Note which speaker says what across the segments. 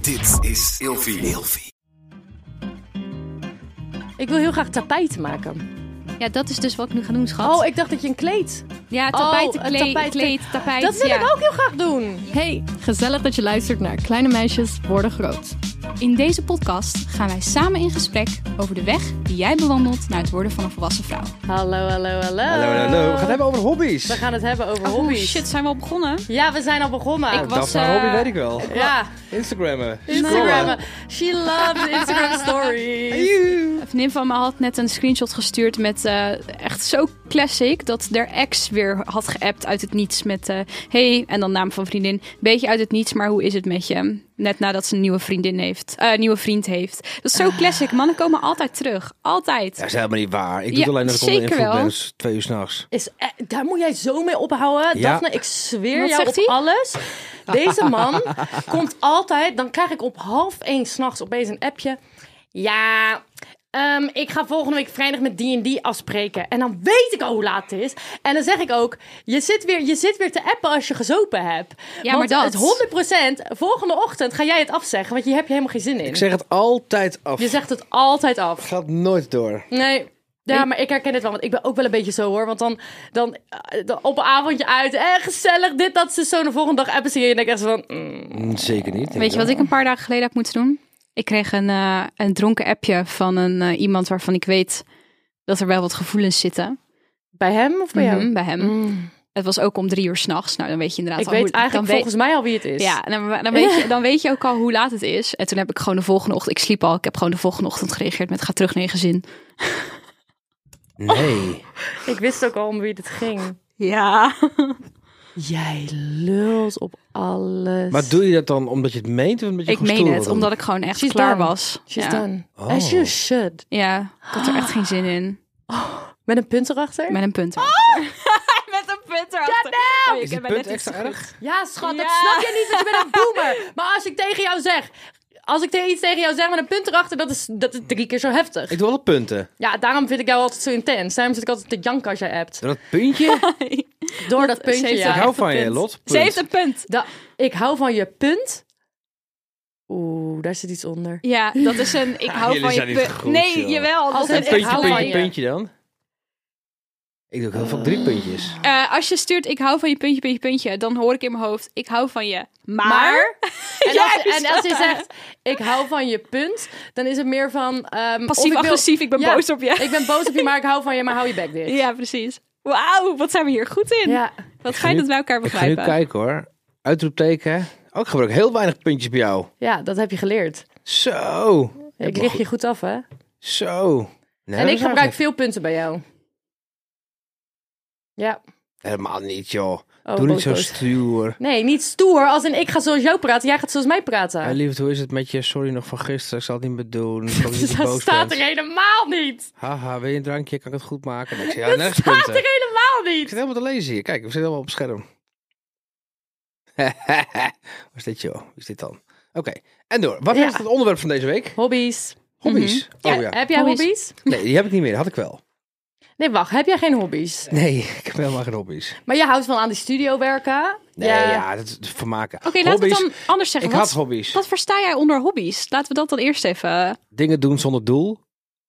Speaker 1: Dit is Ilfie.
Speaker 2: Ik wil heel graag tapijt maken.
Speaker 3: Ja, dat is dus wat ik nu ga doen, schat.
Speaker 2: Oh, ik dacht dat je een kleed.
Speaker 3: ja,
Speaker 2: oh,
Speaker 3: tapijt, kleed,
Speaker 2: tapijt,
Speaker 3: tapijt,
Speaker 2: kleed.
Speaker 3: kleed, tapijt.
Speaker 2: dat wil
Speaker 3: ja.
Speaker 2: ik ook heel graag doen.
Speaker 4: Hey, gezellig dat je luistert naar Kleine Meisjes Worden Groot.
Speaker 3: In deze podcast gaan wij samen in gesprek over de weg die jij bewandelt naar het worden van een volwassen vrouw.
Speaker 2: Hallo, hallo, hallo.
Speaker 5: Hallo,
Speaker 3: Eh,
Speaker 5: hallo. We gaan het hebben over hobby's.
Speaker 2: We gaan het hebben over
Speaker 3: Oh
Speaker 2: hobby's.
Speaker 3: shit, zijn we al begonnen?
Speaker 2: Ja, we zijn al begonnen.
Speaker 3: Ik was,
Speaker 5: Oh, Dat van hobby
Speaker 3: eh,
Speaker 5: weet ik wel.
Speaker 2: Ja,
Speaker 5: Instagrammen.
Speaker 2: Instagram. She loves Instagram stories.
Speaker 3: Een vriendin van me had net een screenshot gestuurd met eh, echt zo classic dat der ex weer had geappt uit het niets met eh, hey en dan naam van vriendin. Beetje uit het niets, maar hoe is het met je? Net nadat ze een nieuwe vriendin heeft, eh, nieuwe vriend heeft. Dat is zo classic. Mannen komen altijd terug, altijd.
Speaker 5: Dat is helemaal niet waar. Ik doe
Speaker 3: Ja,
Speaker 5: het alleen als ik onder
Speaker 3: zeker
Speaker 5: invloed
Speaker 3: wel.
Speaker 5: ben. dus Twee uur s'nachts.
Speaker 2: Is, eh, daar moet jij zo mee ophouden.
Speaker 5: Ja.
Speaker 2: Daphne, ik zweer
Speaker 3: Wat
Speaker 2: jou op
Speaker 3: zegt hij?
Speaker 2: alles. Deze man komt altijd... Dan krijg ik op half één s'nachts opeens een appje. Ja, ehm, ik ga volgende week vrijdag met die en die afspreken. En dan weet ik al hoe laat het is. En dan zeg ik ook... Je zit weer, je zit weer te appen als je gezopen hebt.
Speaker 3: Ja,
Speaker 2: want
Speaker 3: maar dat-
Speaker 2: het 100% volgende ochtend ga jij het afzeggen. Want je hebt je helemaal geen zin in.
Speaker 5: Ik zeg het altijd af.
Speaker 2: Je zegt het altijd af.
Speaker 5: Gaat nooit door.
Speaker 2: Nee. Ja, maar ik herken het wel, want ik ben ook wel een beetje zo hoor. Want dan, dan, eh, dan op een avondje uit, eh, gezellig, dit, dat, ze zo de volgende dag appen ze je en ik echt zo van... mm.
Speaker 5: Mm, Zeker niet.
Speaker 3: Weet je wat ik een paar dagen geleden heb moeten doen? Ik kreeg een, eh, een dronken appje van een, eh, iemand waarvan ik weet dat er wel wat gevoelens zitten
Speaker 2: Bij hem of bij
Speaker 3: Mhm,
Speaker 2: jou?
Speaker 3: bij hem.
Speaker 2: Mm.
Speaker 3: Het was ook om drie uur s'nachts. Nou, dan weet je inderdaad
Speaker 2: Ik
Speaker 3: al
Speaker 2: weet
Speaker 3: hoe, dan
Speaker 2: eigenlijk
Speaker 3: weet-
Speaker 2: volgens mij al wie het is.
Speaker 3: Ja, dan, dan, weet je, dan weet je ook al hoe laat het is. En toen heb ik gewoon de volgende ochtend... Ik sliep al, ik heb gewoon de volgende ochtend gereageerd met... Ga terug naar je gezin.
Speaker 5: Nee.
Speaker 3: Oh.
Speaker 2: Ik wist ook al om wie het ging.
Speaker 3: Ja.
Speaker 2: Jij lult op alles.
Speaker 5: Maar doe je dat dan omdat je het meent? Of omdat je
Speaker 3: Ik meen het, omdat ik gewoon echt
Speaker 2: She's
Speaker 3: klaar
Speaker 2: done.
Speaker 3: was.
Speaker 2: She's
Speaker 3: ja.
Speaker 2: done.
Speaker 5: Oh.
Speaker 2: As you should.
Speaker 3: Ja, ik had er echt geen zin in.
Speaker 2: Met een punt erachter?
Speaker 3: Met een punt. met een punt erachter. Oh,
Speaker 5: Is
Speaker 3: ik
Speaker 5: het
Speaker 3: heb
Speaker 5: punt
Speaker 3: net iets
Speaker 5: extra
Speaker 3: goed.
Speaker 5: erg?
Speaker 2: Ja, schat, dat
Speaker 3: Ja.
Speaker 2: snap je niet, want je bent een boomer. Maar als ik tegen jou zeg... Als ik te- iets tegen jou zeg met een punt erachter, dat is, dat is drie keer zo heftig.
Speaker 5: Ik doe alle punten.
Speaker 2: Ja, daarom vind ik jou altijd zo intens. Daarom zit ik altijd te janken als jij appt.
Speaker 5: Door dat puntje?
Speaker 2: Door dat
Speaker 3: ze
Speaker 2: puntje,
Speaker 3: heeft
Speaker 2: ja.
Speaker 5: ik hou
Speaker 3: echt een
Speaker 5: van je,
Speaker 3: punt.
Speaker 5: Lot.
Speaker 3: Ze
Speaker 5: Punt.
Speaker 3: heeft een punt.
Speaker 2: Da- ik hou van je punt. Oeh, daar zit iets onder.
Speaker 3: Ja, dat is een... Ik hou
Speaker 5: jullie
Speaker 3: van je
Speaker 5: zijn niet
Speaker 3: punt.
Speaker 5: goed,
Speaker 3: nee,
Speaker 5: joh.
Speaker 3: jawel. Dat
Speaker 2: Als
Speaker 3: is
Speaker 2: een
Speaker 3: een
Speaker 5: Een puntje,
Speaker 2: Ik hou
Speaker 5: puntje,
Speaker 2: van
Speaker 5: puntje,
Speaker 2: je.
Speaker 5: dan. Ik doe ook heel vaak drie puntjes.
Speaker 3: Eh, als je stuurt, ik hou van je puntje, puntje, puntje, dan hoor ik in mijn hoofd, ik hou van je. Maar,
Speaker 2: Maar? En als,
Speaker 3: Juist.
Speaker 2: en als je zegt, ik hou van je punt, dan is het meer van... ehm, of ik wil-
Speaker 3: passief-agressief, ik ben
Speaker 2: Ja,
Speaker 3: boos op je.
Speaker 2: Ik ben boos op je, maar ik hou van je, maar hou je bek dicht.
Speaker 3: Ja, precies. Wauw, wat zijn we hier goed in.
Speaker 2: Ja.
Speaker 3: Wat fijn dat wij elkaar
Speaker 5: Ik ga nu
Speaker 3: begrijpen.
Speaker 5: kijken hoor. Uitroepteken. Ook ik gebruik heel weinig puntjes bij jou.
Speaker 2: Ja, dat heb je geleerd.
Speaker 5: Zo.
Speaker 2: Ik lig je goed af, hè?
Speaker 5: Zo. Nee,
Speaker 2: en
Speaker 5: dat
Speaker 2: ik gebruik
Speaker 5: is eigenlijk
Speaker 2: veel punten bij jou. Ja.
Speaker 5: Helemaal niet joh.
Speaker 2: Oh,
Speaker 5: Doe niet
Speaker 2: boos,
Speaker 5: zo
Speaker 2: boos.
Speaker 5: stuur.
Speaker 2: Nee, niet stoer. Als in ik ga zoals jou praten, jij gaat zoals mij praten.
Speaker 5: Hey, lieverd, hoe is het met je? Sorry nog van gisteren. Ik zal het niet meer doen. Ik hoop dat je niet
Speaker 2: dat
Speaker 5: boos
Speaker 2: staat er
Speaker 5: bent.
Speaker 2: helemaal niet.
Speaker 5: Haha, wil je een drankje? Kan ik het goed maken? En Ik zeg, ja,
Speaker 2: dat
Speaker 5: nergens
Speaker 2: staat
Speaker 5: punten.
Speaker 2: er helemaal
Speaker 5: Ik
Speaker 2: niet.
Speaker 5: zit helemaal te lezen hier. Kijk, we zitten helemaal op het scherm. Wat is dit joh? Wie is dit dan? Oké, en door. Wat
Speaker 2: Ja. Mhm.
Speaker 5: is het onderwerp van deze week?
Speaker 2: Hobby's.
Speaker 5: Hobby's. Oh ja.
Speaker 2: Heb jij hobby's?
Speaker 3: Hobby's.
Speaker 5: Nee, die heb ik niet meer. Had ik wel.
Speaker 2: Nee, wacht. Heb jij geen hobby's?
Speaker 5: Nee, ik heb helemaal geen hobby's.
Speaker 2: Maar je houdt wel aan die studio werken.
Speaker 5: Nee, ja, dat is vermaken.
Speaker 3: Oké, laten we
Speaker 5: Hobby's.
Speaker 3: het dan anders zeggen.
Speaker 5: Ik had
Speaker 3: Wat,
Speaker 5: hobby's.
Speaker 3: wat versta jij onder hobby's? Laten we dat dan eerst even... eh,
Speaker 5: Dingen doen zonder doel,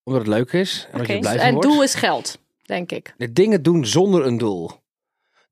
Speaker 5: omdat het leuk is en omdat
Speaker 3: Oké.
Speaker 5: je er blij van
Speaker 2: dus En
Speaker 5: wordt.
Speaker 2: doel is geld, denk ik.
Speaker 5: Nee, Dingen doen zonder een doel.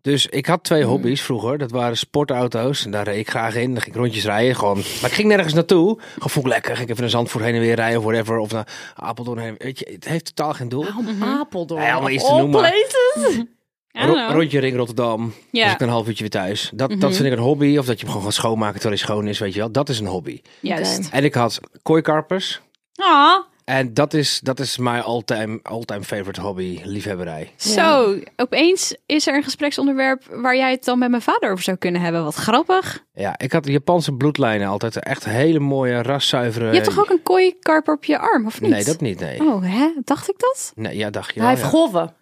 Speaker 5: Dus ik had
Speaker 2: Hmm.
Speaker 5: twee hobby's vroeger. Dat waren sportauto's. En daar reed ik graag in. Dan ging ik rondjes rijden. Gewoon. Maar ik ging nergens naartoe. Gewoon vond ik lekker. Ging ik even naar Zandvoort heen en weer rijden of whatever. Of naar Apeldoorn heen. Weet je, het heeft totaal geen doel.
Speaker 2: Waarom Apeldoorn?
Speaker 5: Ja, om iets te
Speaker 2: All
Speaker 5: noemen.
Speaker 2: Mm-hmm. places.
Speaker 3: I don't
Speaker 5: Ro-
Speaker 3: know.
Speaker 5: rondje ring Rotterdam.
Speaker 3: Ja.
Speaker 5: Dus ik een half uurtje weer thuis. Dat,
Speaker 2: Mhm.
Speaker 5: dat vind ik een hobby. Of dat je hem gewoon gaat schoonmaken terwijl hij schoon is. Weet je wel. Dat is een hobby.
Speaker 3: Juist.
Speaker 5: En ik had kooikarpers.
Speaker 3: Ah,
Speaker 5: En dat is, dat is mijn all-time all-time favorite hobby, liefhebberij.
Speaker 3: zo. Opeens is er een gespreksonderwerp waar jij het dan met mijn vader over zou kunnen hebben. Wat grappig.
Speaker 5: Ja, ik had Japanse bloedlijnen altijd. Echt hele mooie, raszuivere...
Speaker 3: Je hebt toch ook een kooikarper op je arm, of niet?
Speaker 5: Eh, Nee, dat niet, nee.
Speaker 3: Oh, hè? Dacht ik dat?
Speaker 5: nee ja, dacht je
Speaker 2: Hij
Speaker 5: wel,
Speaker 2: heeft
Speaker 5: ja.
Speaker 2: golven.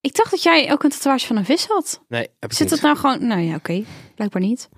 Speaker 3: Ik dacht dat jij ook een tatoeage van een vis had.
Speaker 5: Nee, heb ik
Speaker 3: Zit
Speaker 5: niet.
Speaker 3: dat nou gewoon... Nou ja, oké. Blijkbaar niet.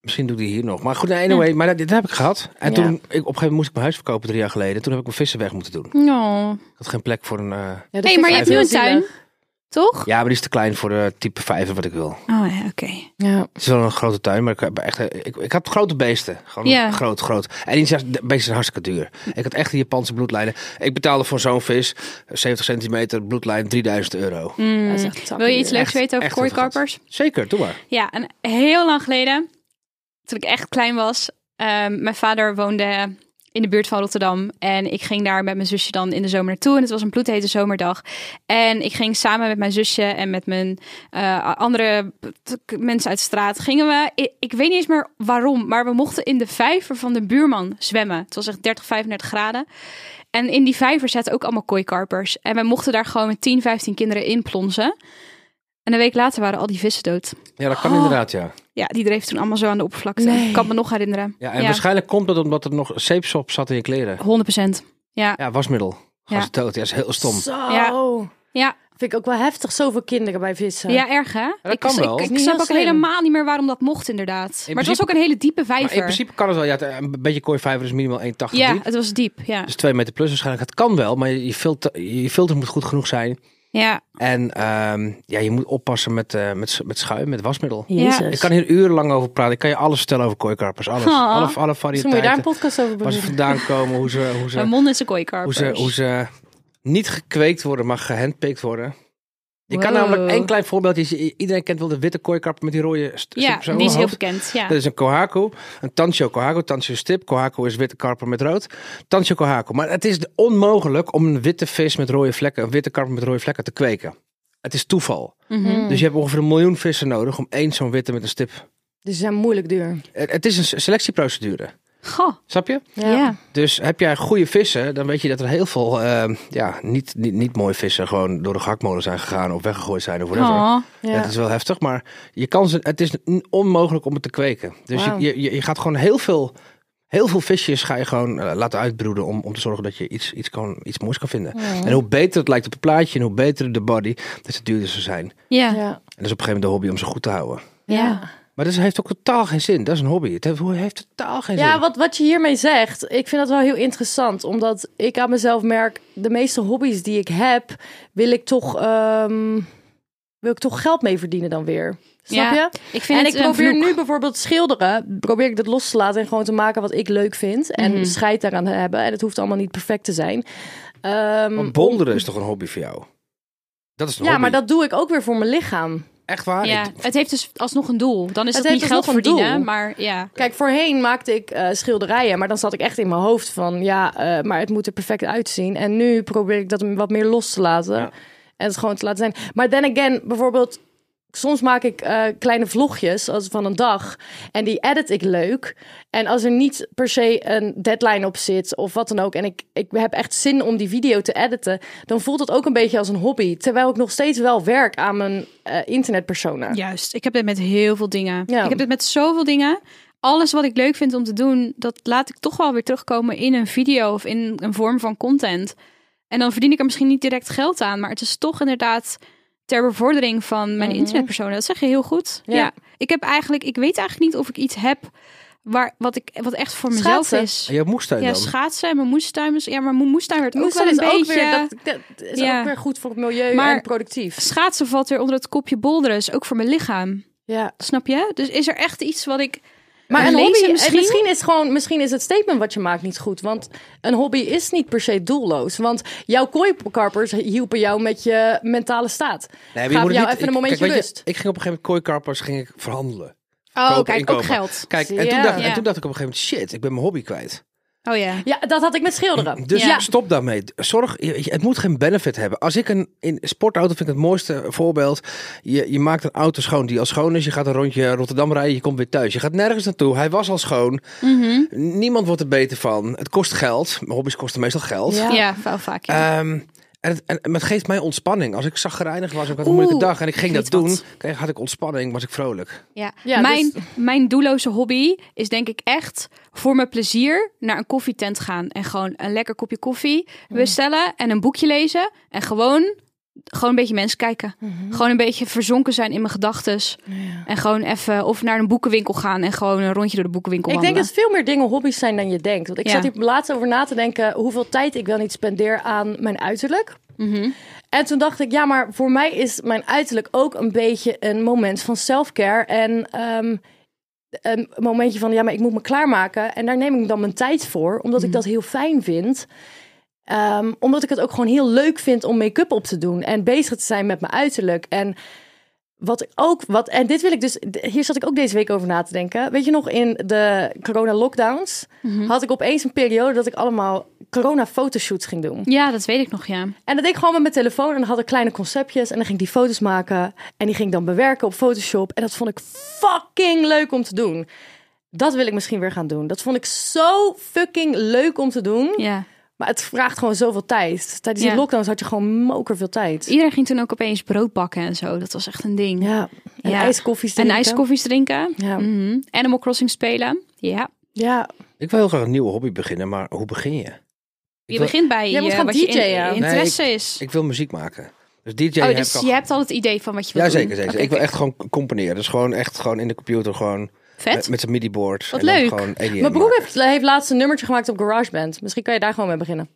Speaker 5: Misschien doe ik die hier nog. Maar goed, nee, anyway, maar dat, dit heb ik gehad. En
Speaker 2: Ja.
Speaker 5: toen, ik, op een gegeven moment moest ik mijn huis verkopen drie jaar geleden. Toen heb ik mijn vissen weg moeten doen.
Speaker 3: Oh.
Speaker 5: Ik had geen plek voor een... eh,
Speaker 2: Ja, dat
Speaker 3: Nee,
Speaker 2: vind
Speaker 3: maar
Speaker 2: ik
Speaker 3: je hebt nu een
Speaker 2: heel
Speaker 3: tuin.
Speaker 2: zielig.
Speaker 3: Toch?
Speaker 5: Ja, maar die is te klein voor de type vijver wat ik wil.
Speaker 3: Oh ja, oké.
Speaker 2: Ja.
Speaker 5: Het is wel een grote tuin, maar ik, heb echt, eh, ik, ik had grote beesten. Gewoon
Speaker 3: Ja.
Speaker 5: groot, groot. En die zijn, de beesten zijn hartstikke duur. Ik had echt een Japanse bloedlijnen. Ik betaalde voor zo'n vis, 70 centimeter bloedlijn, 3000 euro.
Speaker 3: Mm.
Speaker 2: Dat is echt
Speaker 3: Wil je iets leuks
Speaker 5: Echt-
Speaker 3: weten over
Speaker 5: echt heel
Speaker 3: kooikarpers?
Speaker 5: Zeker, doe maar.
Speaker 3: Ja, en heel lang geleden, toen ik echt klein was, ehm, mijn vader woonde in de buurt van Rotterdam. En ik ging daar met mijn zusje dan in de zomer naartoe. En het was een bloedhete zomerdag. En ik ging samen met mijn zusje en met mijn eh, andere t- mensen uit de straat. Gingen we, ik, ik weet niet eens meer waarom, maar we mochten in de vijver van de buurman zwemmen. Het was echt 30, 35 graden. En in die vijver zaten ook allemaal kooikarpers. En wij mochten daar gewoon met 10, 15 kinderen in plonsen. En een week later waren al die vissen dood.
Speaker 5: Ja, dat kan
Speaker 3: Oh.
Speaker 5: inderdaad, ja.
Speaker 3: Ja, die dreef toen allemaal zo aan de oppervlakte.
Speaker 2: Nee.
Speaker 3: Ik kan me nog herinneren.
Speaker 5: ja en waarschijnlijk komt dat omdat er nog zeepsop zat in je kleren.
Speaker 3: 100%. Ja.
Speaker 5: Ja, wasmiddel.
Speaker 3: Ja.
Speaker 5: Gas dood. Ja, dat is heel stom.
Speaker 2: Zo.
Speaker 3: Ja. Ja,
Speaker 2: Vind ik ook wel heftig, zoveel kinderen bij vissen.
Speaker 3: ja, erg hè?
Speaker 5: dat
Speaker 3: ik
Speaker 5: kan wel.
Speaker 3: ik, ik
Speaker 2: Niet
Speaker 3: snap
Speaker 2: heel
Speaker 3: ook
Speaker 2: slim.
Speaker 3: helemaal niet meer waarom dat mocht inderdaad. maar het was
Speaker 5: principe-
Speaker 3: ook een hele diepe vijver.
Speaker 5: Maar in principe kan het wel. Ja, het- een beetje kooivijver is minimaal 1,80
Speaker 3: ja,
Speaker 5: diep.
Speaker 3: het was diep. Ja.
Speaker 5: Dus 2 meter plus waarschijnlijk. Het kan wel, maar je filter, je filter moet goed genoeg zijn.
Speaker 3: ja.
Speaker 5: En ehm, ja, je moet oppassen met, eh, met, met schuim, met wasmiddel.
Speaker 2: Jezus.
Speaker 5: Ik kan hier urenlang over praten. Ik kan je alles vertellen over kooikarpers. Alles.
Speaker 3: Oh.
Speaker 5: Alle, alle
Speaker 2: Misschien Dus moet je daar een
Speaker 5: variëteiten.
Speaker 2: podcast over
Speaker 5: Waar ze
Speaker 2: benoemen.
Speaker 5: vandaan komen. Hoe ze, hoe,
Speaker 3: Mijn
Speaker 5: ze,
Speaker 3: mond is een Dus-
Speaker 5: hoe,
Speaker 3: kooikarpers.
Speaker 5: ze, hoe ze niet gekweekt worden, maar gehandpikt worden. Je kan
Speaker 3: Wow.
Speaker 5: namelijk één klein voorbeeldje. is- i- Iedereen kent wel de witte kooikarper met die rode st-
Speaker 3: ja,
Speaker 5: stip zo
Speaker 3: die is heel
Speaker 5: hoofd.
Speaker 3: bekend. Ja.
Speaker 5: Dat is een kohaku, een tancho kohaku, tancho is stip. Kohaku is witte karper met rood. Tancho kohaku. Maar het is onmogelijk om een witte vis met rode vlekken, een witte karper met rode vlekken te kweken. Het is toeval.
Speaker 3: Mhm.
Speaker 5: Dus je hebt ongeveer een miljoen vissen nodig om één zo'n witte met een stip.
Speaker 2: Dus ze zijn moeilijk duur.
Speaker 5: Het het is een se- selectieprocedure.
Speaker 3: Goh,
Speaker 5: Snap je?
Speaker 3: ja.
Speaker 5: Dus heb jij goede vissen, dan weet je dat er heel veel eh, ja, niet, niet, niet mooie vissen gewoon door de gehaktmolen zijn gegaan of weggegooid zijn of whatever.
Speaker 3: Oh.
Speaker 2: Ja.
Speaker 5: Het is wel heftig, maar je kan ze, het is n- onmogelijk om het te kweken. Dus
Speaker 2: Wauw.
Speaker 5: je, je, je- je gaat gewoon heel veel, heel veel visjes ga je gewoon eh, laten uitbroeden om, om te zorgen dat je iets, iets, kan, iets moois kan vinden. En hoe beter het lijkt op het plaatje en hoe beter de body, des te duurder ze zijn. En
Speaker 3: Ja. Ja.
Speaker 2: Ja.
Speaker 5: dat is op een gegeven moment de hobby om ze goed te houden.
Speaker 3: Ja.
Speaker 5: Maar dat heeft ook totaal geen zin. Dat is een hobby. Het heeft, heeft totaal geen zin.
Speaker 2: Ja, wat, wat je hiermee zegt, ik vind dat wel heel interessant. Omdat ik aan mezelf merk, de meeste hobby's die ik heb, wil ik toch, ehm, wil ik toch geld mee verdienen dan weer. Snap
Speaker 3: Ja.
Speaker 2: je?
Speaker 3: Ik vind
Speaker 2: en
Speaker 3: het
Speaker 2: ik
Speaker 3: een
Speaker 2: probeer
Speaker 3: vloek.
Speaker 2: nu bijvoorbeeld schilderen, probeer ik dat los te laten en gewoon te maken wat ik leuk vind. En
Speaker 3: Mhm.
Speaker 2: scheid daaraan te hebben. En het hoeft allemaal niet perfect te zijn. Ehm,
Speaker 5: Want boulderen is toch een hobby voor jou? Dat is een
Speaker 2: ja,
Speaker 5: hobby.
Speaker 2: maar dat doe ik ook weer voor mijn lichaam.
Speaker 5: Echt waar?
Speaker 3: Ja,
Speaker 5: Ik-
Speaker 3: het heeft dus alsnog een doel. Dan is
Speaker 2: Het
Speaker 3: het, niet
Speaker 2: heeft
Speaker 3: geld
Speaker 2: alsnog een doel.
Speaker 3: verdienen, maar ja.
Speaker 2: Kijk, voorheen maakte ik eh, schilderijen, maar dan zat ik echt in mijn hoofd van ja, eh, maar het moet er perfect uitzien. En nu probeer ik dat wat meer los te laten
Speaker 5: Ja.
Speaker 2: en het gewoon te laten zijn. Maar then again, bijvoorbeeld, soms maak ik eh, kleine vlogjes als van een dag en die edit ik leuk. En als er niet per se een deadline op zit of wat dan ook, en ik, ik heb echt zin om die video te editen, dan voelt het ook een beetje als een hobby. Terwijl ik nog steeds wel werk aan mijn eh internetpersona.
Speaker 3: Juist. Ik heb dit met heel veel dingen.
Speaker 2: Ja.
Speaker 3: Ik heb dit met zoveel dingen. Alles wat ik leuk vind om te doen, dat laat ik toch wel weer terugkomen in een video of in een vorm van content. En dan verdien ik er misschien niet direct geld aan, maar het is toch inderdaad ter bevordering van mijn internetpersonen. Dat zeg je heel goed. Ja.
Speaker 2: Mhm. Ja.
Speaker 3: Ik heb eigenlijk, ik weet eigenlijk niet of ik iets heb waar wat ik wat echt voor mezelf
Speaker 2: Schaatsen.
Speaker 3: is.
Speaker 5: Je moestuin
Speaker 3: Ja,
Speaker 5: dan?
Speaker 3: schaatsen en mijn moestuin. is- Ja, maar mijn moestuin werd ook
Speaker 2: Moest
Speaker 3: wel een
Speaker 2: is
Speaker 3: beetje...
Speaker 2: ook weer, dat, dat is
Speaker 3: Ja.
Speaker 2: ook weer goed voor het milieu
Speaker 3: Maar-
Speaker 2: en productief.
Speaker 3: Schaatsen valt weer onder het kopje boulderen. is ook voor mijn lichaam.
Speaker 2: Ja.
Speaker 3: Snap je? Dus is er echt iets wat ik...
Speaker 2: Maar
Speaker 3: En
Speaker 2: een
Speaker 3: lezen
Speaker 2: hobby, misschien?
Speaker 3: misschien?
Speaker 2: Misschien, is gewoon, misschien is het statement wat je maakt niet goed. Want een hobby is niet per se doelloos. Want jouw kooikarpers hielpen jou met je mentale staat.
Speaker 5: Nee, maar je
Speaker 2: Gaven
Speaker 5: moet het
Speaker 2: jou
Speaker 5: niet-
Speaker 2: even een
Speaker 5: ik-
Speaker 2: momentje
Speaker 5: kijk, weet je,
Speaker 2: rust.
Speaker 5: ik ging op een gegeven moment kooikarpers ging ik verhandelen.
Speaker 3: Oh,
Speaker 5: Kopen,
Speaker 3: kijk,
Speaker 5: inkopen.
Speaker 3: ook geld.
Speaker 5: Kijk, en, toen
Speaker 2: Ja.
Speaker 5: dacht, en
Speaker 3: Ja.
Speaker 5: toen dacht ik op een gegeven moment, shit, ik ben mijn hobby kwijt.
Speaker 3: Oh ja.
Speaker 2: Ja, dat had ik met schilderen.
Speaker 5: Dus
Speaker 3: Ja.
Speaker 5: stop daarmee. Zorg, je- je- het moet geen benefit hebben. Als ik een in sportauto vind ik het mooiste voorbeeld. Je, je maakt een auto schoon die al schoon is. Je gaat een rondje Rotterdam rijden, je komt weer thuis. Je gaat nergens naartoe. Hij was al schoon.
Speaker 2: Mhm.
Speaker 5: Niemand wordt er beter van. Het kost geld. Mijn hobby's kosten meestal geld.
Speaker 2: Ja.
Speaker 3: Ja, wel vaak. Ja.
Speaker 5: Ehm, en, het, en, maar het geeft mij ontspanning. Als ik zagrijnig was, ik had een
Speaker 3: Oeh,
Speaker 5: moeilijke dag en ik ging
Speaker 3: ik
Speaker 5: dat
Speaker 3: weet
Speaker 5: doen,
Speaker 3: wat.
Speaker 5: kreeg, had ik ontspanning, was ik vrolijk.
Speaker 3: ja.
Speaker 2: ja,
Speaker 3: mijn,
Speaker 2: dus-
Speaker 3: mijn doelloze hobby is denk ik echt voor mijn plezier naar een
Speaker 2: Mm.
Speaker 3: koffietent gaan. En gewoon een lekker kopje koffie bestellen en een boekje lezen. En gewoon gewoon een beetje mensen kijken.
Speaker 2: Mhm.
Speaker 3: Gewoon een beetje verzonken zijn in mijn gedachten. En gewoon even of naar een boekenwinkel gaan en gewoon een rondje door de boekenwinkel
Speaker 2: Ik denk dat
Speaker 3: wandelen.
Speaker 2: veel meer dingen hobby's zijn dan je denkt. Want ik
Speaker 3: Ja.
Speaker 2: zat hier laatst over na te denken hoeveel tijd ik wel niet spendeer aan mijn uiterlijk.
Speaker 3: Mhm.
Speaker 2: En toen dacht ik, ja, maar voor mij is mijn uiterlijk ook een beetje een moment van self-care. En ehm, een momentje van, ja, maar ik moet me klaarmaken. En daar neem ik dan mijn tijd voor, omdat ik dat heel fijn vind. Ehm, omdat ik het ook gewoon heel leuk vind om make-up op te doen en bezig te zijn met mijn uiterlijk. En wat ik ook, wat, en dit wil ik dus, d- hier zat ik ook deze week over na te denken. Weet je nog, in de corona-lockdowns had ik opeens een periode dat ik allemaal corona-fotoshoots ging doen.
Speaker 3: Ja, dat weet ik nog, ja.
Speaker 2: En dat deed ik gewoon met mijn telefoon. En dan had ik kleine conceptjes. En dan ging ik die foto's maken. En die ging ik dan bewerken op Photoshop. En dat vond ik fucking leuk om te doen. Dat wil ik misschien weer gaan doen. Dat vond ik zo fucking leuk om te doen.
Speaker 3: ja.
Speaker 2: Maar het vraagt gewoon zoveel tijd. Tijdens die
Speaker 3: Ja.
Speaker 2: lockdowns had je gewoon moker veel tijd.
Speaker 3: Iedereen ging toen ook opeens brood bakken en zo. Dat was echt een ding.
Speaker 2: Ja. En
Speaker 3: Ja.
Speaker 2: ijskoffies
Speaker 3: En
Speaker 2: drinken.
Speaker 3: ijskoffies drinken.
Speaker 2: Ja.
Speaker 3: Mhm. Animal Crossing spelen. Ja.
Speaker 2: Oh. Ja.
Speaker 5: Ik wil heel graag een nieuwe hobby beginnen, maar hoe begin je?
Speaker 3: Je
Speaker 5: wil-
Speaker 3: begint bij
Speaker 2: Jij moet
Speaker 3: je,
Speaker 2: gaan
Speaker 3: wat je in-
Speaker 2: DJ'en.
Speaker 3: interesse
Speaker 5: Nee,
Speaker 3: is.
Speaker 5: Ik wil muziek maken. Dus DJ
Speaker 3: oh,
Speaker 5: heb
Speaker 3: dus
Speaker 5: ik al
Speaker 3: je hebt al het idee van wat je
Speaker 5: Ja,
Speaker 3: wilt
Speaker 5: zeker,
Speaker 3: doen.
Speaker 5: zeker.
Speaker 3: Oké,
Speaker 5: ik wil echt gewoon componeren. Dus gewoon echt gewoon in de computer gewoon
Speaker 3: Vet.
Speaker 5: met, met zijn midi-board.
Speaker 3: Wat
Speaker 5: en dan
Speaker 3: leuk.
Speaker 5: Gewoon EDM
Speaker 2: Mijn broer
Speaker 5: maken.
Speaker 2: heeft, heeft laatst een nummertje gemaakt op GarageBand. Misschien kan je daar gewoon mee beginnen.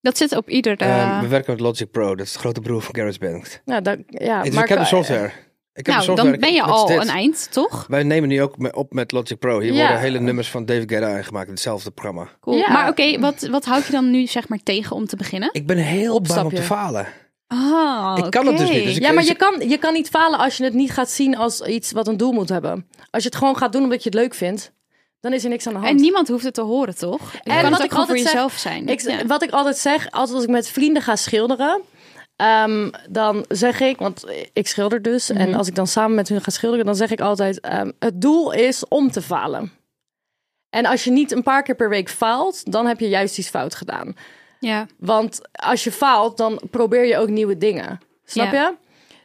Speaker 3: Dat zit op ieder... eh, Ah,
Speaker 5: Ehm, we werken met Logic Pro. Dat is de grote broer van GarageBand.
Speaker 2: Nou, dat, ja,
Speaker 5: Dus
Speaker 2: maar
Speaker 5: ik heb de
Speaker 2: kan-
Speaker 5: software. Ik heb de
Speaker 3: nou,
Speaker 5: software.
Speaker 3: dan ben je
Speaker 5: Dat is
Speaker 3: al
Speaker 5: dit.
Speaker 3: een eind, toch?
Speaker 5: Wij nemen nu ook me- op met Logic Pro. Hier
Speaker 2: Ja.
Speaker 5: worden hele nummers van David Guetta aangemaakt in hetzelfde programma.
Speaker 3: Cool.
Speaker 2: Ja.
Speaker 3: Maar oké, wat, wat houd je dan nu zeg maar tegen om te beginnen?
Speaker 5: Ik ben heel bang om
Speaker 2: Opstapje.
Speaker 5: te falen.
Speaker 3: Ah,
Speaker 5: Ik kan het dus
Speaker 3: oké.
Speaker 5: niet, dus ik-
Speaker 2: Ja, maar je kan, je kan niet falen als je het niet gaat zien als iets wat een doel moet hebben. Als je het gewoon gaat doen omdat je het leuk vindt, dan is er niks aan de hand.
Speaker 3: En niemand hoeft het te horen, toch? Je kan
Speaker 2: wat
Speaker 3: het ook
Speaker 2: ik
Speaker 3: gewoon voor
Speaker 2: altijd zeg-
Speaker 3: jezelf zijn.
Speaker 2: ik,
Speaker 3: Ja.
Speaker 2: Wat ik altijd zeg, altijd als ik met vrienden ga schilderen, ehm, dan zeg ik, want ik schilder dus, en
Speaker 3: Mhm.
Speaker 2: als ik dan samen met hun ga schilderen, dan zeg ik altijd: ehm, het doel is om te falen. En als je niet een paar keer per week faalt, dan heb je juist iets fout gedaan.
Speaker 3: ja.
Speaker 2: Want als je faalt, dan probeer je ook nieuwe dingen. Snap
Speaker 3: Ja.
Speaker 2: je?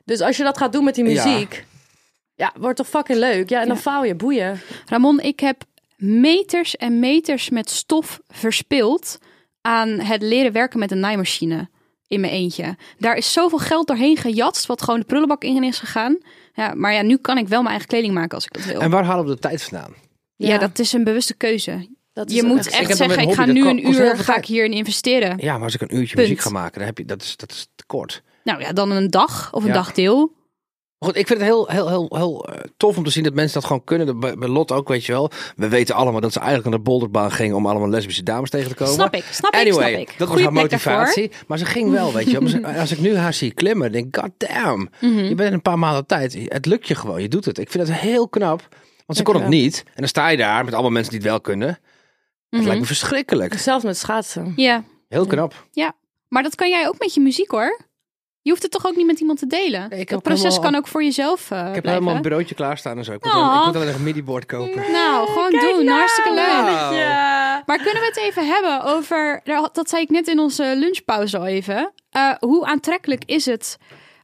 Speaker 2: Dus als je dat gaat doen met die
Speaker 5: Ja.
Speaker 2: muziek, ja, wordt toch fucking leuk. Ja, en dan faal je, boeien.
Speaker 3: Ramon, ik heb meters en meters met stof verspild aan het leren werken met een naaimachine in mijn eentje. Daar is zoveel geld doorheen gejatst, wat gewoon de prullenbak in is gegaan. Ja, maar ja, nu kan ik wel mijn eigen kleding maken als ik dat wil.
Speaker 5: En waar halen we de tijd vandaan?
Speaker 3: ja.
Speaker 2: Ja.
Speaker 3: dat is een bewuste keuze.
Speaker 2: Dat is
Speaker 3: Je
Speaker 2: een-
Speaker 3: moet echt
Speaker 5: heb dan met
Speaker 3: zeggen,
Speaker 5: een
Speaker 3: ik ga
Speaker 5: hobby,
Speaker 3: nu
Speaker 5: dat ko-
Speaker 3: een
Speaker 5: kost heel
Speaker 3: uur
Speaker 5: veel
Speaker 3: ga ik
Speaker 5: tijd.
Speaker 3: hierin investeren.
Speaker 5: Ja, maar als ik een uurtje
Speaker 3: Punt.
Speaker 5: muziek ga maken, dan heb je, dat, is, dat is te kort.
Speaker 3: Nou ja, dan een dag of een
Speaker 5: Ja.
Speaker 3: dagdeel.
Speaker 5: Goed, ik vind het heel, heel, heel, heel eh, tof om te zien dat mensen dat gewoon kunnen. Dat Bij, bij Lot ook, weet je wel. We weten allemaal dat ze eigenlijk naar de bolderbaan ging om allemaal lesbische dames tegen te komen.
Speaker 3: Snap ik, snap ik,
Speaker 5: anyway,
Speaker 3: snap ik.
Speaker 5: dat was
Speaker 3: Goeie
Speaker 5: haar
Speaker 3: plek daarvoor.
Speaker 5: motivatie. Maar ze ging wel, weet je wel. Maar ze- Als ik nu haar zie klimmen, denk ik, god damn.
Speaker 3: Mhm.
Speaker 5: Je bent in een paar maanden op tijd. Het lukt je gewoon, je doet het. Ik vind dat heel knap. Want ze kon het niet. En dan sta je daar met allemaal mensen die het wel kunnen. Het lijkt
Speaker 3: Mhm.
Speaker 5: me verschrikkelijk.
Speaker 2: Zelfs met schaatsen.
Speaker 3: Ja,
Speaker 5: Heel knap.
Speaker 3: maar dat kan jij ook met je muziek hoor. Je hoeft het toch ook niet met iemand te delen?
Speaker 5: Nee, ik heb
Speaker 3: het proces
Speaker 5: helemaal-
Speaker 3: kan ook voor jezelf eh
Speaker 5: Ik heb
Speaker 3: blijven.
Speaker 5: helemaal een broodje klaarstaan en zo. Ik moet,
Speaker 3: Oh.
Speaker 5: alleen- ik moet alleen nog een midi-board kopen.
Speaker 3: Nou, gewoon doen. Hartstikke leuk.
Speaker 5: Nou.
Speaker 3: Maar kunnen we het even hebben over, daar had- dat zei ik net in onze lunchpauze al even. Eh, hoe aantrekkelijk is het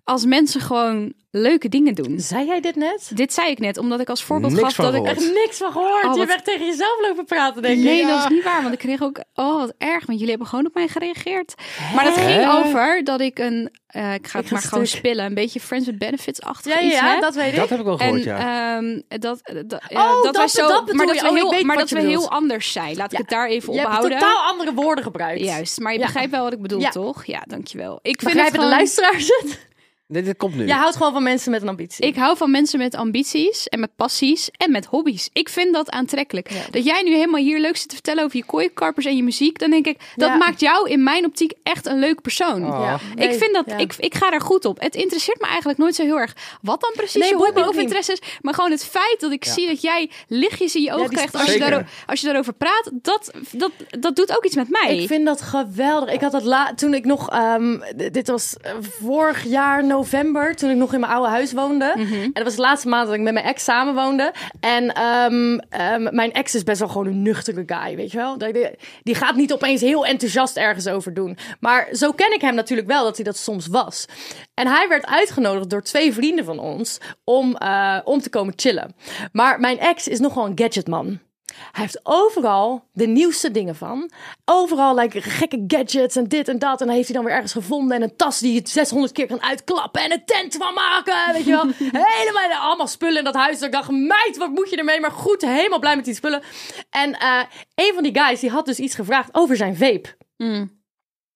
Speaker 3: als mensen gewoon leuke dingen doen?
Speaker 2: Zei jij dit net?
Speaker 3: Dit zei ik net, omdat ik als voorbeeld
Speaker 5: Niks
Speaker 3: gaf
Speaker 5: van
Speaker 3: dat ik...
Speaker 5: gehoord.
Speaker 2: Echt niks van gehoord.
Speaker 3: Oh,
Speaker 2: Je
Speaker 3: wat-
Speaker 2: bent tegen jezelf lopen praten, denk ik.
Speaker 3: Nee, dat
Speaker 2: Ja.
Speaker 3: is niet waar, want ik kreeg ook... Oh, wat erg, want jullie hebben gewoon op mij gereageerd. Maar dat ging over dat ik een... eh, ik ga het
Speaker 2: ga
Speaker 3: maar gewoon
Speaker 2: stuk.
Speaker 3: spillen. Een beetje Friends with Benefits-achtig
Speaker 2: Ja, ja,
Speaker 3: iets,
Speaker 2: ja,
Speaker 3: hè?
Speaker 2: dat weet ik.
Speaker 5: Dat heb ik al
Speaker 3: En
Speaker 5: gehoord, ja.
Speaker 3: ehm, dat, dat, ja,
Speaker 2: Oh,
Speaker 3: dat,
Speaker 2: dat-
Speaker 3: wij zo,
Speaker 2: dat bedoel
Speaker 3: maar dat
Speaker 2: je.
Speaker 3: we,
Speaker 2: Oh, ik
Speaker 3: heel,
Speaker 2: weet
Speaker 3: maar
Speaker 2: wat
Speaker 3: dat
Speaker 2: je
Speaker 3: we
Speaker 2: bedoelt.
Speaker 3: heel anders zijn. Laat
Speaker 2: Ja.
Speaker 3: ik het daar even
Speaker 2: je hebt
Speaker 3: ophouden.
Speaker 2: totaal andere woorden gebruikt.
Speaker 3: Juist, maar je
Speaker 2: Ja.
Speaker 3: begrijpt wel wat ik bedoel,
Speaker 2: Ja.
Speaker 3: toch? Ja, dankjewel. Ik vind
Speaker 2: Begrijpen
Speaker 3: het gewoon...
Speaker 2: de luisteraars het?
Speaker 5: Dit, dit komt nu.
Speaker 2: Jij houdt gewoon van mensen met een ambitie.
Speaker 3: Ik hou van mensen met ambities en met passies en met hobby's. Ik vind dat aantrekkelijk. Dat jij nu helemaal hier leuk zit te vertellen over je kooikarpers en je muziek, dan denk ik, dat
Speaker 2: Ja.
Speaker 3: maakt jou in mijn optiek echt een leuk persoon.
Speaker 5: Oh.
Speaker 2: Ja.
Speaker 3: Ik
Speaker 2: Nee,
Speaker 3: vind dat,
Speaker 2: ja.
Speaker 3: ik, ik ga er goed op. Het interesseert me eigenlijk nooit zo heel erg wat dan precies
Speaker 2: Nee,
Speaker 3: je
Speaker 2: boeit
Speaker 3: hobby
Speaker 2: me ook
Speaker 3: of
Speaker 2: niet.
Speaker 3: interesse is. Maar gewoon het feit dat ik zie dat jij lichtjes in je ogen
Speaker 2: die
Speaker 3: krijgt als je,
Speaker 5: Zeker.
Speaker 3: daarover, als je daarover praat, dat, dat, dat doet ook iets met mij.
Speaker 2: Ik vind dat geweldig. Ik had dat la toen ik nog, ehm, d- dit was eh, vorig jaar november, toen ik nog in mijn oude huis woonde. En dat was de laatste maand dat ik met mijn ex samen woonde. En ehm, ehm, mijn ex is best wel gewoon een nuchtere guy, weet je wel. Die- Die, die gaat niet opeens heel enthousiast ergens over doen. Maar zo ken ik hem natuurlijk wel, dat hij dat soms was. En hij werd uitgenodigd door twee vrienden van ons om, eh, om te komen chillen. Maar mijn ex is nogal een gadgetman. Hij heeft overal de nieuwste dingen van. Overal like, gekke gadgets en dit en dat. En dan heeft hij dan weer ergens gevonden. En een tas die je 600 keer kan uitklappen. En een tent van maken. Weet je wel. helemaal allemaal spullen in dat huis. Dat ik dacht, meid, wat moet je ermee? Maar goed, helemaal blij met die spullen. En eh, een van die guys die had dus iets gevraagd over zijn vape.
Speaker 3: Mm.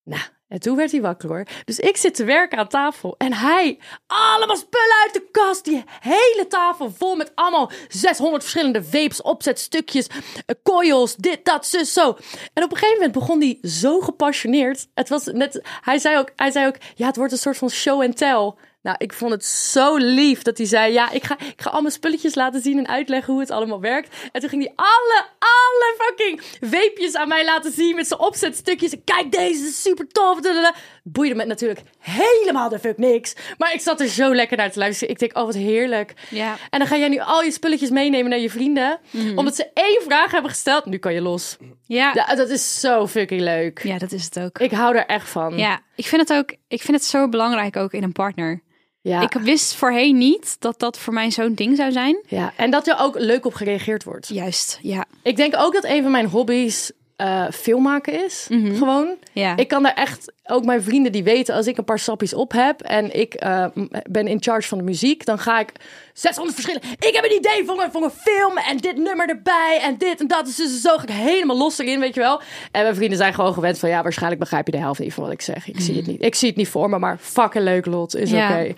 Speaker 2: Nou, en toen werd hij wakker hoor. Dus ik zit te werken aan tafel. En hij, allemaal spullen uit de kast. Die hele tafel vol met allemaal 600 verschillende vapes, opzetstukjes, eh, coils, dit, dat, zus, zo. En op een gegeven moment begon hij zo gepassioneerd. Het was net, hij zei ook, hij zei ook ja, het wordt een soort van show and tell. Nou, ik vond het zo lief dat hij zei: Ja, ik ga, ik ga al mijn spulletjes laten zien en uitleggen hoe het allemaal werkt. En toen ging hij alle, alle fucking weepjes aan mij laten zien met zijn opzetstukjes. Kijk, deze is super tof. dadada. Boeide me natuurlijk helemaal de fuck niks. Maar ik zat er zo lekker naar te luisteren. Ik denk: Oh, wat heerlijk.
Speaker 3: Ja.
Speaker 2: En dan ga jij nu al je spulletjes meenemen naar je vrienden.
Speaker 3: Mhm.
Speaker 2: Omdat ze één vraag hebben gesteld. Nu kan je los.
Speaker 3: Ja.
Speaker 2: Ja, dat is zo fucking leuk.
Speaker 3: ja, dat is het ook.
Speaker 2: Ik hou er echt van.
Speaker 3: Ja, ik vind het ook. Ik vind het zo belangrijk ook in een partner.
Speaker 2: Ja.
Speaker 3: Ik wist voorheen niet dat dat voor mij zo'n ding zou zijn.
Speaker 2: ja. En dat er ook leuk op gereageerd wordt.
Speaker 3: Juist, ja.
Speaker 2: Ik denk ook dat een van mijn hobby's eh filmmaken is. Gewoon.
Speaker 3: Mhm. Ja.
Speaker 2: Ik kan daar echt, ook mijn vrienden die weten, als ik een paar sappies op heb en ik eh, m- ben in charge van de muziek, dan ga ik 600 verschillen. Ik heb een idee voor een, voor een film en dit nummer erbij en dit en dat. Dus, dus zo ga ik helemaal los erin, weet je wel. En mijn vrienden zijn gewoon gewend van, ja, waarschijnlijk begrijp je de helft niet van wat ik zeg. Ik zie het niet. Ik zie het niet voor me, maar fucking leuk, Lot. Is
Speaker 3: Mhm. Ja.
Speaker 2: oké.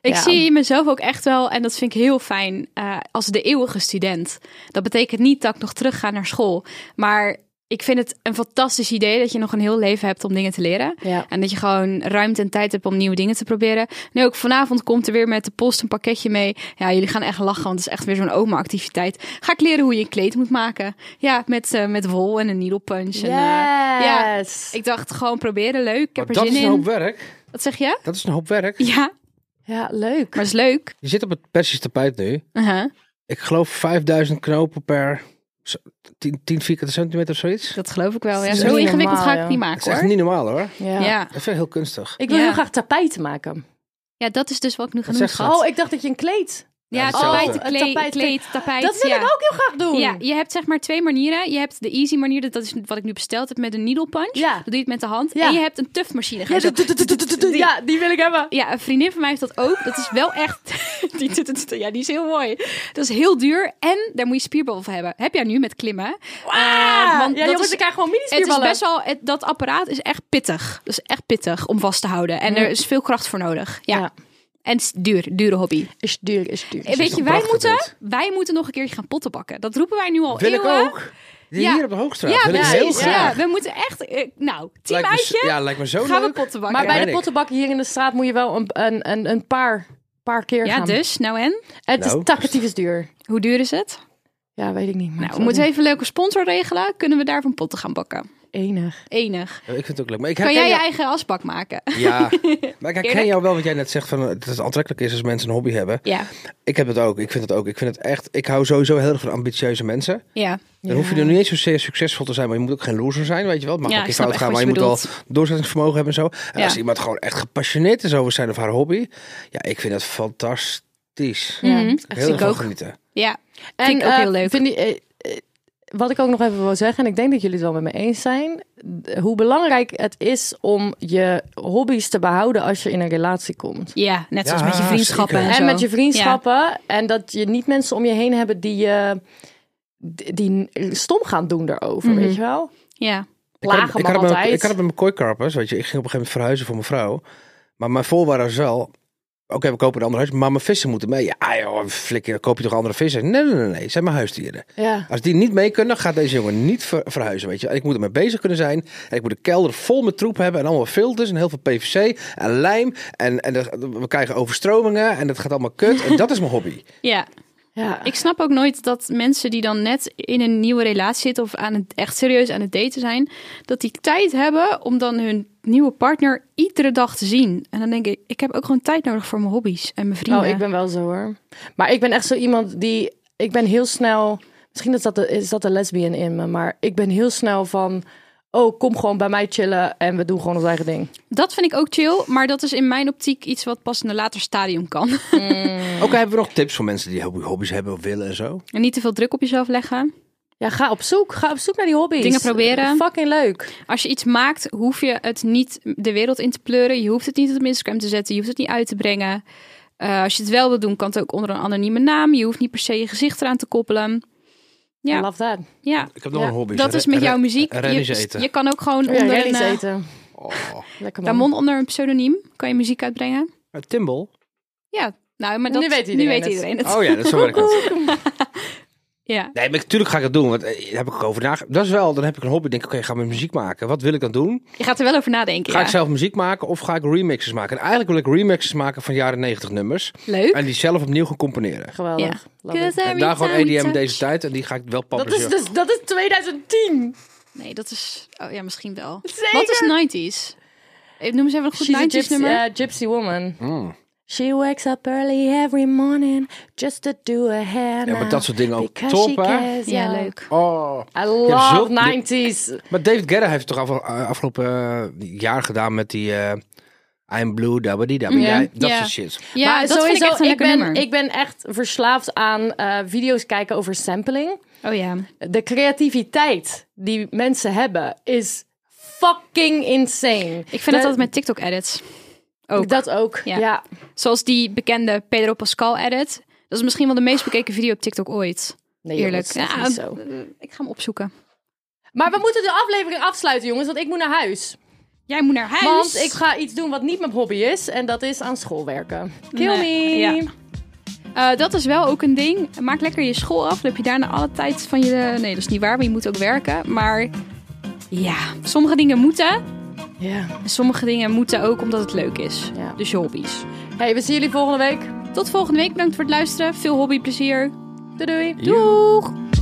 Speaker 3: Ik
Speaker 2: Ja.
Speaker 3: zie mezelf ook echt wel, en dat vind ik heel fijn, eh, als de eeuwige student. Dat betekent niet dat ik nog terug ga naar school. Maar ik vind het een fantastisch idee dat je nog een heel leven hebt om dingen te leren.
Speaker 2: Ja.
Speaker 3: En dat je gewoon ruimte en tijd hebt om nieuwe dingen te proberen. Nu ook vanavond komt er weer met de post een pakketje mee. Ja, jullie gaan echt lachen, want het is echt weer zo'n oma-activiteit. Ga ik leren hoe je een kleed moet maken. Ja, met, eh, met wol en een needle punch. En, eh, ja,
Speaker 2: Yes.
Speaker 3: ik dacht gewoon proberen, leuk. Ik heb
Speaker 5: Maar
Speaker 3: er
Speaker 5: dat
Speaker 3: zin
Speaker 5: is een
Speaker 3: in.
Speaker 5: hoop werk.
Speaker 3: Wat zeg je?
Speaker 5: Dat is een hoop werk.
Speaker 3: Ja,
Speaker 2: ja, leuk.
Speaker 3: maar het is leuk.
Speaker 5: Je zit op het Persisch tapijt nu.
Speaker 3: Uh-huh.
Speaker 5: Ik geloof 5000 knopen per zo- 10, 10 vierkante centimeter of zoiets.
Speaker 3: Dat geloof ik wel. Ja,
Speaker 2: is
Speaker 3: zo
Speaker 2: echt niet
Speaker 3: ingewikkeld
Speaker 2: normaal,
Speaker 3: ga ik
Speaker 2: ja.
Speaker 3: het niet
Speaker 5: Dat is
Speaker 3: maken
Speaker 5: echt
Speaker 3: hoor.
Speaker 5: niet normaal hoor.
Speaker 2: Ja.
Speaker 3: Ja.
Speaker 5: Dat is wel heel kunstig.
Speaker 2: Ik wil
Speaker 3: Ja.
Speaker 2: heel graag tapijten maken.
Speaker 3: ja, dat is dus wat ik nu ga
Speaker 5: Wat
Speaker 3: doen.
Speaker 5: zegt ze?
Speaker 3: schat.
Speaker 2: Oh, ik dacht dat je een kleed.
Speaker 3: ja,
Speaker 5: hetzelfde.
Speaker 3: tapijt,
Speaker 2: Oh,
Speaker 3: kleed,
Speaker 2: tapijt,
Speaker 3: tapijt,
Speaker 2: kleed.
Speaker 3: kleed, tapijt.
Speaker 2: Dat wil
Speaker 3: ja.
Speaker 2: ik ook heel graag doen.
Speaker 3: Ja, je hebt zeg maar twee manieren. Je hebt de easy manier, dat- dat is wat ik nu besteld heb met een needle punch.
Speaker 2: Ja.
Speaker 3: Dat doe je het met de hand.
Speaker 2: Ja.
Speaker 3: En je hebt een tuff machine.
Speaker 2: Ja, doe, doe, doe, doe, doe, doe. Ja, die wil ik hebben.
Speaker 3: Ja, een vriendin van mij heeft dat ook. Dat is wel echt. Die, doet het- ja, die is heel mooi. Dat is heel duur. En daar moet je spierbal voor hebben. Heb jij nu met klimmen? Eh,
Speaker 2: Ah,
Speaker 3: want
Speaker 2: ja,
Speaker 3: dat
Speaker 2: jongens,
Speaker 3: is-
Speaker 2: ik krijg gewoon mini
Speaker 3: Het is
Speaker 2: spierballen.
Speaker 3: best wel, het- dat apparaat is echt pittig. Dat is echt pittig om vast te houden. En er is veel kracht voor nodig. Ja.
Speaker 2: Ja.
Speaker 3: En het is duur, dure hobby.
Speaker 2: Is duur, is duur.
Speaker 3: Eh, Weet je,
Speaker 5: een
Speaker 3: wij
Speaker 5: prachtig
Speaker 3: moeten,
Speaker 5: beeld.
Speaker 3: wij moeten nog een keertje gaan potten bakken. Dat roepen wij nu al
Speaker 5: Wil ik
Speaker 3: eeuwen.
Speaker 5: ook. Die
Speaker 3: Ja.
Speaker 5: Hier op de Hoogstraat.
Speaker 3: Ja,
Speaker 5: Wil ik heel
Speaker 3: precies.
Speaker 5: graag.
Speaker 3: Ja, we moeten echt, eh, nou, team
Speaker 5: Lijkt me,
Speaker 3: uitje,
Speaker 5: zo- ja, lijkt me zo
Speaker 3: gaan we
Speaker 5: leuk.
Speaker 3: potten bakken.
Speaker 2: Maar bij
Speaker 5: ben
Speaker 2: de
Speaker 5: ik.
Speaker 2: pottenbakken hier in de straat moet je wel een, een, een, een paar, paar keer
Speaker 3: ja,
Speaker 2: gaan.
Speaker 3: dus, nou en?
Speaker 2: Het
Speaker 5: Nou.
Speaker 2: is tactief is duur.
Speaker 3: Hoe duur is het?
Speaker 2: Ja, weet ik niet. maar
Speaker 3: Nou, we
Speaker 2: zo
Speaker 3: moeten even een leuke sponsor regelen. Kunnen we daarvan potten gaan bakken?
Speaker 2: Enig.
Speaker 3: Enig.
Speaker 5: Ja, Ik vind het ook leuk. Maar ik
Speaker 3: Kan
Speaker 5: herken
Speaker 3: jij je
Speaker 5: jou-
Speaker 3: eigen asbak maken?
Speaker 5: Ja, maar ik herken
Speaker 3: Eerlijk?
Speaker 5: jou wel wat jij net zegt van eh, dat het aantrekkelijk is als mensen een hobby hebben.
Speaker 3: Ja,
Speaker 5: Ik heb het ook. Ik vind het ook. Ik vind het echt. Ik hou sowieso heel erg van ambitieuze mensen.
Speaker 3: ja.
Speaker 5: Dan hoef je er niet eens zozeer succesvol te zijn, maar je moet ook geen loser zijn, weet je wel. Het mag
Speaker 3: Ja,
Speaker 5: ook een
Speaker 3: ik
Speaker 5: keer fout
Speaker 3: snap
Speaker 5: gaan,
Speaker 3: echt
Speaker 5: maar je
Speaker 3: wat
Speaker 5: moet
Speaker 3: je
Speaker 5: wel doorzettingsvermogen hebben en zo. En
Speaker 3: Ja.
Speaker 5: als iemand gewoon echt gepassioneerd is over zijn of haar hobby, ja, ik vind dat fantastisch.
Speaker 2: Ja,
Speaker 3: Mhm.
Speaker 2: echt
Speaker 5: Heel
Speaker 3: ik
Speaker 5: erg van
Speaker 3: ook.
Speaker 5: genieten.
Speaker 3: Ja,
Speaker 2: En
Speaker 3: Vind ik ook
Speaker 2: eh,
Speaker 3: heel leuk.
Speaker 2: Vind je, eh, eh, wat ik ook nog even wil zeggen, en ik denk dat jullie het wel met me eens zijn, d- hoe belangrijk het is om je hobby's te behouden als je in een relatie komt.
Speaker 3: ja net zoals
Speaker 5: Ja,
Speaker 3: met je vriendschappen
Speaker 5: zeker.
Speaker 3: en zo.
Speaker 2: En met je vriendschappen. En dat je niet mensen om je heen hebben die, je die die stom gaan doen daarover,
Speaker 3: Mhm.
Speaker 2: weet je wel?
Speaker 3: Ja,
Speaker 5: Ik had,
Speaker 2: Plagen
Speaker 5: ik,
Speaker 2: me
Speaker 5: had het met,
Speaker 2: altijd.
Speaker 5: ik had het met mijn kooikarpers, weet je. Ik ging op een gegeven moment verhuizen voor mijn vrouw. Maar mijn voorwaarden was wel, oké, we kopen een ander huis, maar mijn vissen moeten mee. Ja joh, flikker, dan koop je toch andere vissen? Nee, nee, nee, nee, zijn mijn huisdieren.
Speaker 2: Ja.
Speaker 5: Als die niet mee kunnen, gaat deze jongen niet ver- verhuizen, weet je. En ik moet ermee bezig kunnen zijn. En ik moet een kelder vol met troep hebben en allemaal filters en heel veel PVC en lijm. En, en dat- we krijgen overstromingen en dat gaat allemaal kut. En dat is mijn hobby.
Speaker 3: ja.
Speaker 2: ja.
Speaker 3: Ik snap ook nooit dat mensen die dan net in een nieuwe relatie zitten of aan het, echt serieus aan het daten zijn, dat die tijd hebben om dan hun nieuwe partner iedere dag te zien. En dan denk ik, ik heb ook gewoon tijd nodig voor mijn hobby's en mijn vrienden.
Speaker 2: Oh, ik ben wel zo hoor. Maar ik ben echt zo iemand die. Ik ben heel snel. Misschien is dat, de, is dat de lesbian in me, maar ik ben heel snel van. Oh, kom gewoon bij mij chillen en we doen gewoon ons eigen ding.
Speaker 3: Dat vind ik ook chill, maar dat is in mijn optiek iets wat pas in een later stadium kan.
Speaker 5: Ook hebben we nog tips voor mensen die hobby- hobby's hebben of willen en zo.
Speaker 3: en niet te veel druk op jezelf leggen.
Speaker 2: Ja, ga op zoek. Ga op zoek naar die hobby's.
Speaker 3: Dingen proberen.
Speaker 2: Fucking leuk.
Speaker 3: Als je iets maakt, hoef je het niet de wereld in te pleuren. Je hoeft het niet op Instagram te zetten. Je hoeft het niet uit te brengen. Eh, als je het wel wil doen, kan het ook onder een anonieme naam. Je hoeft niet per se je gezicht eraan te koppelen. Ja.
Speaker 2: I love that.
Speaker 3: Ja,
Speaker 5: Ik heb nog
Speaker 2: Ja,
Speaker 5: een hobby.
Speaker 3: dat is met jouw muziek.
Speaker 5: Rennies
Speaker 3: Je,
Speaker 5: eten.
Speaker 3: je kan ook gewoon
Speaker 2: Ja,
Speaker 3: onder een,
Speaker 2: rallies
Speaker 3: eh,
Speaker 2: eten.
Speaker 5: Oh.
Speaker 2: Lekker man.
Speaker 3: Ramon onder een pseudoniem kan je muziek uitbrengen.
Speaker 5: Eh, Timbal?
Speaker 3: Ja, nou, maar dat,
Speaker 2: Nu weet iedereen het.
Speaker 3: het.
Speaker 5: Oh ja, dat is zo werkt het.
Speaker 3: Ja.
Speaker 5: Nee, maar natuurlijk ga ik dat doen. Want eh, daar heb ik ook over nagedacht. Dat is wel, dan heb ik een hobby. Ik Denk, oké, ik ga met muziek maken. Wat wil ik dan doen?
Speaker 3: Je gaat er wel over nadenken.
Speaker 5: Ga
Speaker 3: ja.
Speaker 5: ik zelf muziek maken of ga ik remixes maken? En eigenlijk wil ik remixes maken van jaren 90 nummers.
Speaker 3: Leuk.
Speaker 5: En die zelf opnieuw gaan componeren.
Speaker 2: Geweldig. Love it.
Speaker 3: 'Cause
Speaker 5: En
Speaker 3: every
Speaker 5: daar gewoon
Speaker 3: time we
Speaker 5: EDM
Speaker 3: touch-
Speaker 5: deze tijd. En die ga ik wel
Speaker 2: Dat is,
Speaker 5: publisheren.
Speaker 2: dus, dat is 2010.
Speaker 3: Nee, dat is... Oh ja, misschien wel.
Speaker 2: Zeker.
Speaker 3: Wat is 90s? Eh, Noem eens even een goed
Speaker 2: She's a
Speaker 3: 90s
Speaker 2: gypsy,
Speaker 3: nummer.
Speaker 2: ja, gypsy woman.
Speaker 5: Mm.
Speaker 2: She wakes up early every morning just to do her hair
Speaker 5: Ja, maar
Speaker 2: now.
Speaker 5: dat soort dingen ook.
Speaker 2: Because
Speaker 5: Top,
Speaker 2: she
Speaker 5: hè?
Speaker 2: cares,
Speaker 3: ja, leuk.
Speaker 5: Oh.
Speaker 2: I
Speaker 5: zulk-
Speaker 2: love
Speaker 5: je-
Speaker 2: 90s.
Speaker 5: Maar David Guetta heeft het toch af, afgelopen eh, jaar gedaan met die... eh, I'm blue, dabba die dabba.
Speaker 2: Ja.
Speaker 5: die. Dat
Speaker 3: Ja.
Speaker 5: soort shit.
Speaker 3: Ja,
Speaker 2: maar
Speaker 3: dat vind
Speaker 2: sowieso,
Speaker 3: ik echt een lekker
Speaker 2: ben,
Speaker 3: nummer.
Speaker 2: ik ben echt verslaafd aan eh, video's kijken over sampling.
Speaker 3: Oh ja.
Speaker 2: De creativiteit die mensen hebben is fucking insane.
Speaker 3: Ik vind dat
Speaker 2: De-
Speaker 3: altijd met TikTok-edits. Ook.
Speaker 2: Dat ook,
Speaker 3: Ja.
Speaker 2: ja.
Speaker 3: Zoals die bekende Pedro Pascal-edit. Dat is misschien wel de meest bekeken video op TikTok ooit.
Speaker 2: Nee, joh,
Speaker 3: Eerlijk.
Speaker 2: dat is echt
Speaker 3: Ja,
Speaker 2: niet zo.
Speaker 3: eh, ik ga hem opzoeken.
Speaker 2: Maar we moeten de aflevering afsluiten, jongens, want ik moet naar huis.
Speaker 3: Jij moet naar huis.
Speaker 2: Want ik ga iets doen wat niet mijn hobby is. En dat is aan school werken. Kill
Speaker 3: Nee,
Speaker 2: me.
Speaker 3: ja. Eh, dat is wel ook een ding. Maak lekker je school af. Dan heb je daarna alle tijd van je. Nee, dat is niet waar, maar je moet ook werken. Maar ja, sommige dingen moeten.
Speaker 2: Ja.
Speaker 3: En sommige dingen moeten ook omdat het leuk is.
Speaker 2: Ja.
Speaker 3: Dus je hobby's.
Speaker 2: Hey, we zien jullie volgende week.
Speaker 3: Tot volgende week. Bedankt voor het luisteren. Veel hobbyplezier.
Speaker 2: Doei doei.
Speaker 3: Doeg!